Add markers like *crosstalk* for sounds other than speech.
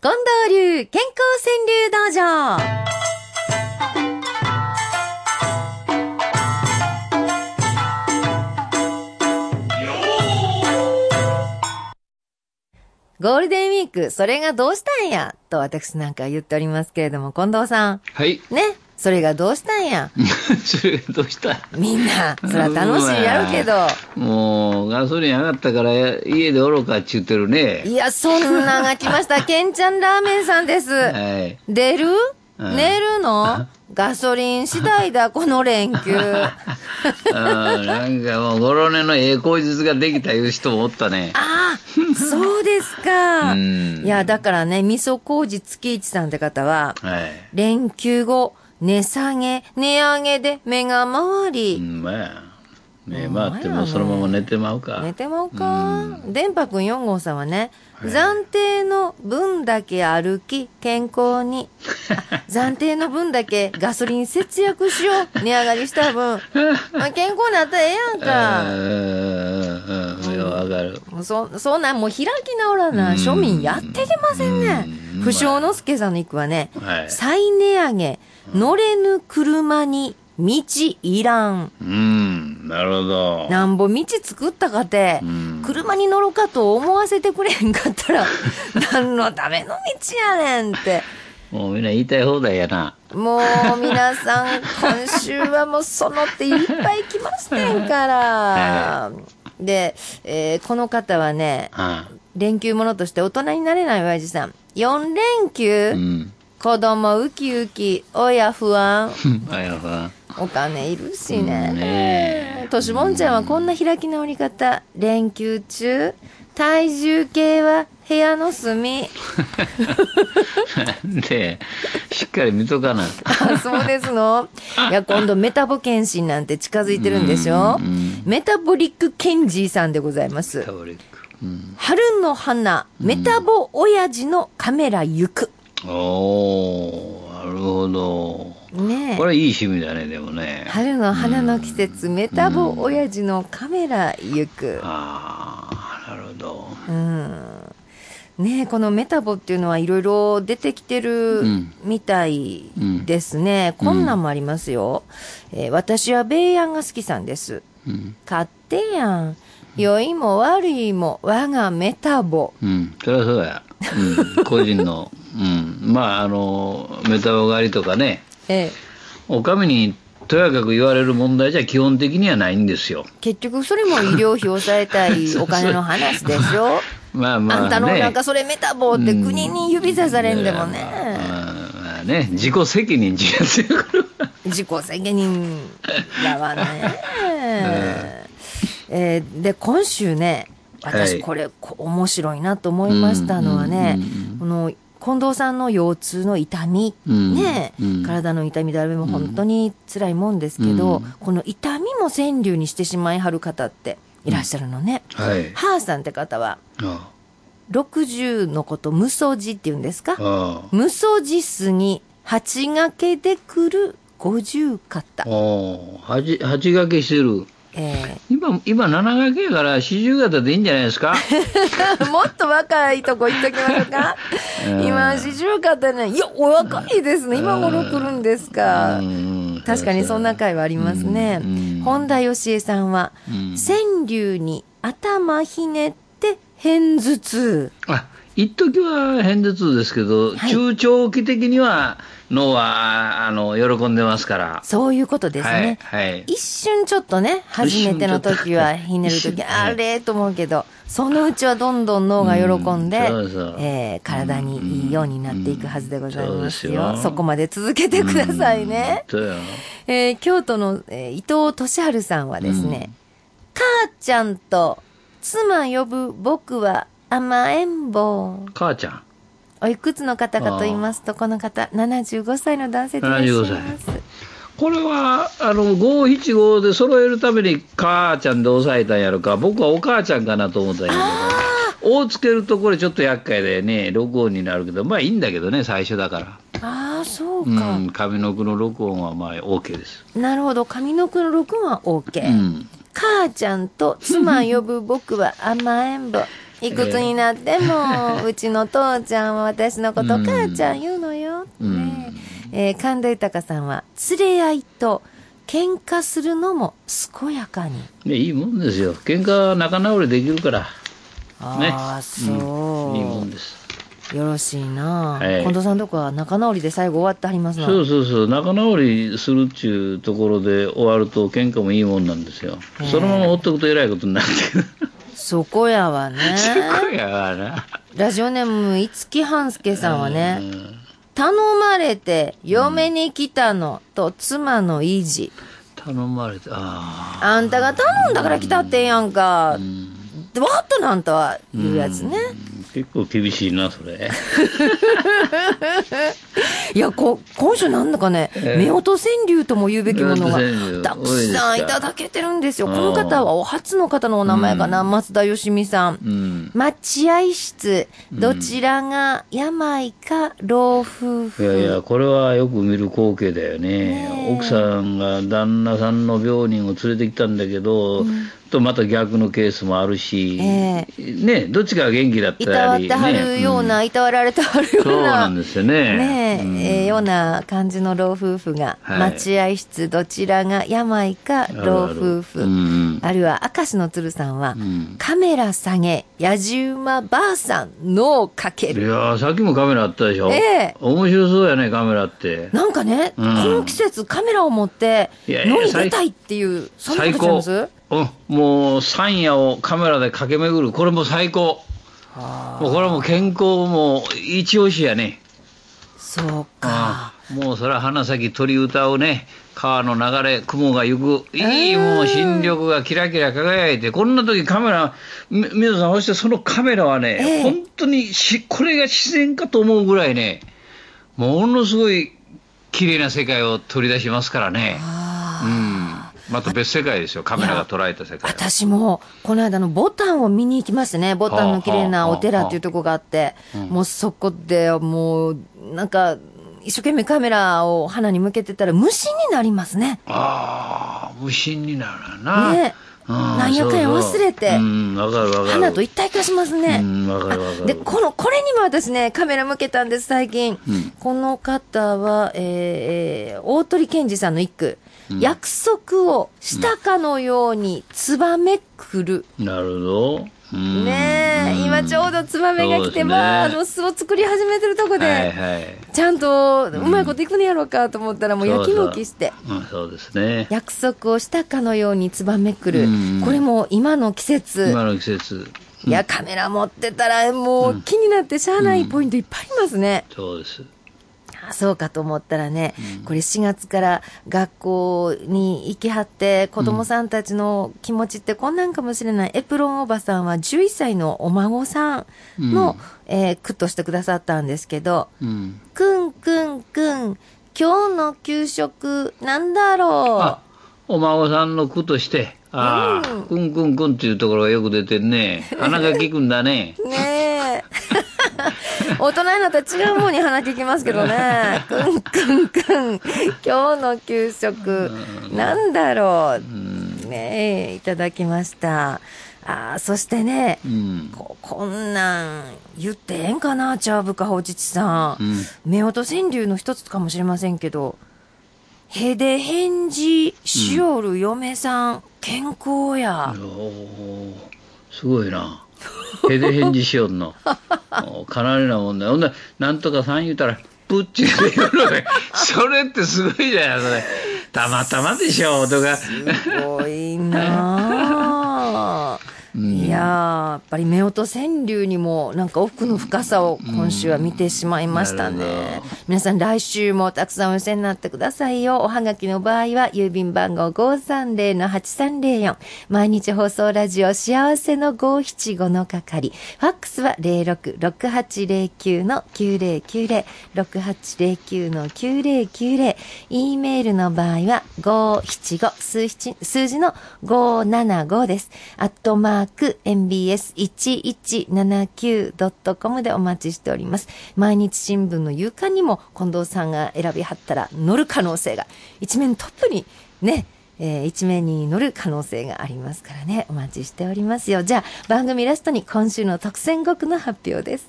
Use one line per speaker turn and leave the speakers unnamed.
近藤流健康川流道場。ゴールデンウィーク、それがどうしたんや、と私なんか言っておりますけれども、近藤さん、
はい。 *laughs*
ね、それがどうしたんや。
それどうした
みんな、そら楽しいやろうけど、
もう、ガソリン上がったからや家でおろうかっちゅうてるね。
いや、そんなんが来ました。ケンちゃんラーメンさんです。
はい。
出る
うん
寝る
*laughs*
のガソリン次第だ、この連休。
あーなんかもう、ご老年のええ口実ができたいう人もおったね。
ああ、そうですか。
うん
いや、だからね、味噌麹月一さんって方は、
はい。
連休後、値下げ、値上げで目が回
う
り、
ん、まあ、目回ってもそのまま寝てまうか。
寝てまうか。電波くん4号さんはね、暫定の分だけ歩き、健康
*laughs*
に。あ暫定の分だけガソリン節約しよう。値上がりした
*laughs*
分。まあ、健康になったらええやん
あ
か。
ーうんうんうん、ようわかる。
もうそ、そんなんもう開き直らない。
うん
庶民やっていけませんね
う。ん
不詳の助さんの一句はね、
はい。
再値上げ、乗れぬ車に道いらん。
うん、なるほど。
なんぼ道作ったかて
う、ん
車に乗ろうかと思わせてくれへんかったら、 *laughs* 何のための道やねんって。
もうみんな言いたい放題やな。
もう皆さん、今週はもうその手いっぱい来ましたん
*laughs*
から。で、えーこの方はね、
あ
連休ものとして大人になれない親父さん。4連
あう
休、 *laughs*
ん。
子供ウキウキ、親不安、
あやば。
お金いるし
うん
ね
ね。
としもんちゃんはこんな開き直り方。連休中、体重計は部屋の隅。
*laughs* で、しっかり見とかな。
あ、そうです
*laughs*
の。いや、今度メタボ検診なんて近づいてるんでしょ
うんうん
メタボリックケンジーさんでございます
タ。ブリック。うん。
春の花、メタボ親父のカメラ行く。
おー、なるほど。
ねえ。
これいい趣味だね、でもね。
春の花の季節、メタボ親父のカメラ行く。
ああ、なるほど。
うん。ねえこのメタボっていうのはいろいろ出てきてる
うん
みたいですね。こんなんもありますよ。えー私は米ンが好きさんです。
うん。
買ってやん。良いも悪いも我がメタボ。
うん。そりゃそうや。うん。個人の。うん。まあ、あの、メタボ狩りとかね。
ええ
お上にとやかく言われる問題じゃ基本的にはないんですよ。
結局それも医療費抑えたいお金の話でしょ
ま *laughs* あまあ、ね。
あんたのなんかそれメタボって
うん
国に指さされんでもね。
まあまあね、自己責任自殺やから。
自己責任だわね。えーで、今週ね、
は
私
い
これ、こ面白いなと思いましたのはね
うんうんうんう、ん
この、近藤さんの腰痛の痛み、
うん
ね、
うん
体の痛みだれも本当に辛いもんですけど、
うん
この痛みも川柳にしてしまいはる方っていらっしゃるのね。
はい。
ハーさんって方は、
あ
60のこと、無双字って言うんですか
あ。
無双字すぎ、八掛けでくる五十肩。
お八八掛けしてる。
え
今、今7掛けやから四十型でいいんじゃないで
*laughs*
すか
ーもっと若いとこ行っときましょうか。
うん
今、四十肩ね。いや、お若いですね。今頃来るんですか
う。ん
確かにそんな回はありますね
うんうん。
本田義恵さんは、
うん
川柳に頭ひねって偏頭痛。
あ、一時は偏頭痛ですけど、
はい
中長期的には脳は、あの、喜んでますから。
そういうことです
はい、
ね。
はい。
一瞬ちょっとね、初めての時はひねる
一瞬
時
ちょっと
あれと思うけど、そのうちはどんどん脳が喜んで、
うんそうそう
えー体にいいようになっていくはずでございますよ。
うんそう
そ
ですよ
こまで続けてくださいね。
うん。そうよ
えー京都の、えー伊藤俊春さんはですね、母ちゃんと妻呼ぶ僕は甘えん坊。
母ちゃん。
おいくつの方かと言いますと、この方、75歳の男性でいらっしゃいます。
これは、あの、五七五で揃えるために母ちゃんで抑えたんやろか。僕はお母ちゃんかなと思ったんやけど。をつけるとこれちょっと厄介でね、録音になるけど、まあいいんだけどね、最初だから。
ああ、そう
う
か。
ん、上の句の録音はまあ OK です。
なるほど。上の句の録音は OK。
うん。
母ちゃんと妻呼ぶ僕は甘えん坊。いくつになっても、うちの父ちゃんは私のこと
うん
母ちゃん言うのよって
う
ね
ん。
えー神田豊さんは、連れ合いと喧嘩するのも健やかに。
ね、いいもんですよ。喧嘩は仲直りできるから。
ああ、そう、
うんいいもんです。
よろしいな、
はい
近藤さんとこは仲直りで最後終わってはりますな。
そうそうそう、仲直りするっちゅうところで終わると喧嘩もいいもんなんですよ。そのままほっとくとえらいことになってくる。
そこやわね。
そ *laughs* こやわな。
ラジオネーム、五木半助さんはね、
うん
頼まれて嫁に来たのと妻の維持。
頼まれて、ああ。
あんたが頼んだから来たってんやんか
う。ん
ドワッとなんとは言うやつね。
結構厳しいな、それ。
いや、こ、今週なんだかね、
ええ
夫婦川柳とも言うべきものが
夫婦川柳
たくさんいただけてるんですよ。この方はお初の方のお名前かな、松田よしみさん。
うん。
待合室、どちらが病か老夫
いやい
婦。
や、これはよく見る光景だよね。
ねえ
奥さんが旦那さんの病人を連れてきたんだけど、とまた逆のケースもあるし、
え
ね、どっちかが元気だっ
い
た
たわっ
ら
てはるような、いたわられてはるよ
そう
うな。
なんですよね。
ねえ、
うん
えーような感じの老夫婦が、
はい
待合室どちらが病か老夫婦。
あるあるうん
あるいは明石の鶴さんは、
ん
カメラ下げ、野じ馬ばあさん、脳をかけ
うんい
る。
やーさっきもカメラあったでしょ、
ええ
面白そうやねカメラって
なんかね、
うん
この季節カメラを持って、
いやいや
脳に出たいっていう、そんなこと
最
ちゃいま
高
す
うんもう山野をカメラで駆け巡るこれも最高もうこれはもう健康も一押しやね
そう
あ
か。
あもうそれは花咲鳥歌うね川の流れ雲が行くいい
うん
もう新緑がキラキラ輝いてこんな時カメラみ皆さんそしてそのカメラはね、
ええ
本当にしこれが自然かと思うぐらいねものすごい綺麗な世界を取り出しますからね
あー
うんまた別世界ですよカメラが捉えた世界は
私も、この間のボタンを見に行きましたね。ボタンの綺麗なお寺っていうとこがあって、もうそこで、もう、なんか、一生懸命カメラを花に向けてたら虫になりますね。
ああ無心になるな、
ね
うん
なんやかんや忘れて
そうそううんわかるわかる
花と一体化しますね。
うんわかるわかる
で、この、これにも私ね、カメラ向けたんです、最近。
うん
この方は、えーえー大鳥健二さんの一句。約束をしたかのように、ツバメくる。
なるほど。うん
ねえ、今ちょうどツバメが来て、まあ、あの、巣を作り始めてるとこで、
はいはい。
ちゃんと、うまいこといくんやろうかと思ったら、もうやきもきして。
うん、そうですね。
約束をしたかのようにツバメくる
うん。
これも今の季節。
今の季節、
いや、カメラ持ってたら、もう気になってしゃあないポイントいっぱいありますね。
そうです。
あそうかと思ったらね、これ4月から学校に行きはって、子供さんたちの気持ちってこんなんかもしれない。エプロンおばさんは11歳のお孫さんの、えー句としてくださったんですけど、
うん。
くんくんくん、今日の給食なんだろ
あ、お孫さんの句として、ああ、くんくんくんっていうところがよく出て
*laughs*
んね。鼻が利くんだね。
う。ねえ。大人になったら違うもんに鼻聞きますけど *laughs* ね。くんくんくん、今日の給食なんだろう。
うん。
ねえ、いただきました。ああ、そしてね、
うん。
ここんなん言ってええんかな、チャーブかほうじちさ。
うんん。
夫婦川柳の一つかもしれませんけど、へで返事しおる嫁さん、健康や。
おーすごいな。へで返事しよんの。おかなりなもんだよ。ほんで、なんとかさん言うたら、プッチって言うのねそれってすごいじゃない、それ。たまたまでしょ、とか。
すごいなあ。いやーやっぱり夫婦川柳にもなんか奥の深さを今週は見てしまいました
うんなる
ね
ほ。
皆さん来週もたくさんお寄せになってくださいよ。おはがきの場合は郵便番号530-8304。毎日放送ラジオ幸せの575の係。ファックスは066809-9090。6809-9090。e メールの場合は575数七数字の575です。アットマーク mbs1179.com でお待ちしております。毎日新聞の夕刊にも近藤さんが選びはったら乗る可能性が一面トップにね、えー一面に乗る可能性がありますからね、お待ちしておりますよ。じゃあ、番組ラストに今週の特選語句の発表です。